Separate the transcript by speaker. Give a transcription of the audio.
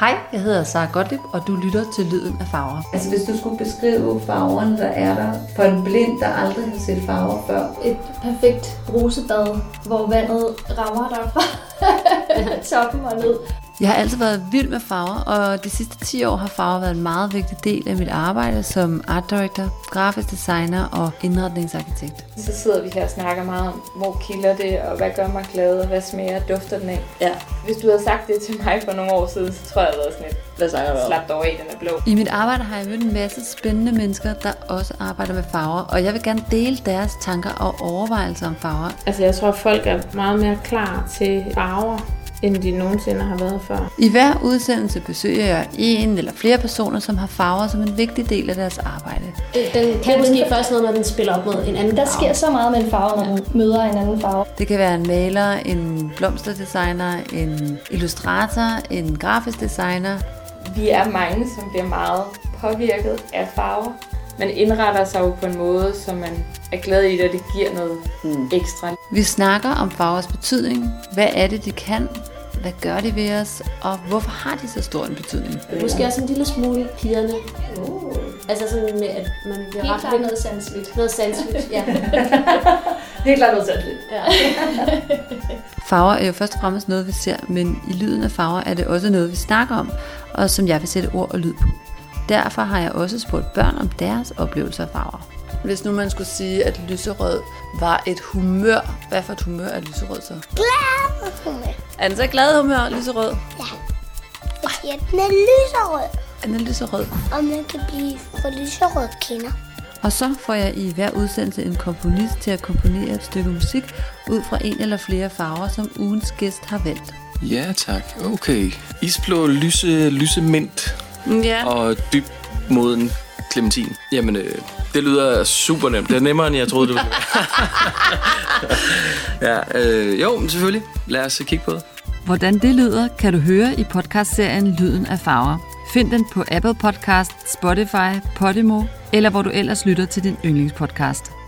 Speaker 1: Hej, jeg hedder Sara Gottlieb, og du lytter til Lyden af Farver.
Speaker 2: Altså hvis du skulle beskrive farverne, der er der for en blind, der aldrig har set farver før.
Speaker 3: et perfekt brusebad, hvor vandet rammer dig fra toppen og ned.
Speaker 1: Jeg har altid været vild med farver, og de sidste 10 år har farver været en meget vigtig del af mit arbejde som art director, grafisk designer og indretningsarkitekt.
Speaker 4: Så sidder vi her og snakker meget om, hvor kilder det, og hvad gør mig glad, og hvad smager og dufter den af.
Speaker 5: Ja.
Speaker 4: Hvis du havde sagt det til mig for nogle år siden, så tror jeg, jeg havde været sådan lidt
Speaker 5: Hvad snakker du om?
Speaker 4: slapt over i, den er blå.
Speaker 1: I mit arbejde har jeg mødt en masse spændende mennesker, der også arbejder med farver, og jeg vil gerne dele deres tanker og overvejelser om farver.
Speaker 6: Altså jeg tror, at folk er meget mere klar til farver, end de nogensinde har været før.
Speaker 1: I hver udsendelse besøger jeg en eller flere personer, som har farver som en vigtig del af deres arbejde.
Speaker 7: Det- Den kan måske først noget, når den spiller op mod en anden.
Speaker 3: Der sker så meget med en farve, når man møder en anden farve.
Speaker 1: Det kan være en maler, en blomsterdesigner, en illustrator, en grafisk designer.
Speaker 4: Vi er mange, som bliver meget påvirket af farver. Man indretter sig jo på en måde, som man er glad i det, og det giver noget mm. ekstra.
Speaker 1: Vi snakker om farvers betydning. Hvad er det, de kan? Hvad gør de ved os? Og hvorfor har de så stor en betydning?
Speaker 7: Måske også en lille smule pigerne. Altså sådan med, at man bliver
Speaker 3: Helt
Speaker 7: ramt
Speaker 3: klart
Speaker 7: ved
Speaker 3: noget sandsligt.
Speaker 7: noget sandsynligt. Ja.
Speaker 2: Helt klart noget sandt.
Speaker 1: Farver er jo først og fremmest noget, vi ser, men i lyden af farver er det også noget, vi snakker om, og som jeg vil sætte ord og lyd på. Derfor har jeg også spurgt børn om deres oplevelser af farver. Hvis nu man skulle sige, at lyserød var et humør, hvad for et humør er lyserød så?
Speaker 8: Humør.
Speaker 1: Er den så glad humør, lyserød?
Speaker 8: Fordi at den er lyserød,
Speaker 1: Er den lyserød?
Speaker 8: og man kan blive for lyserød kinder.
Speaker 1: Og så får jeg i hver udsendelse en komponist til at komponere et stykke musik ud fra en eller flere farver, som ugens gæst har valgt.
Speaker 9: Ja, tak. Okay. Isblå, lyse, lyse mint
Speaker 1: Ja.
Speaker 9: og dyb moden clementin. Jamen, øh, det lyder super nemt. Det er nemmere, end jeg troede, det ville være. ja, øh, jo, men selvfølgelig. Lad os øh, kigge på det.
Speaker 10: Hvordan det lyder, kan du høre i podcastserien Lyden af Farver. Find den på Apple Podcast, Spotify, Podimo eller hvor du ellers lytter til din yndlingspodcast.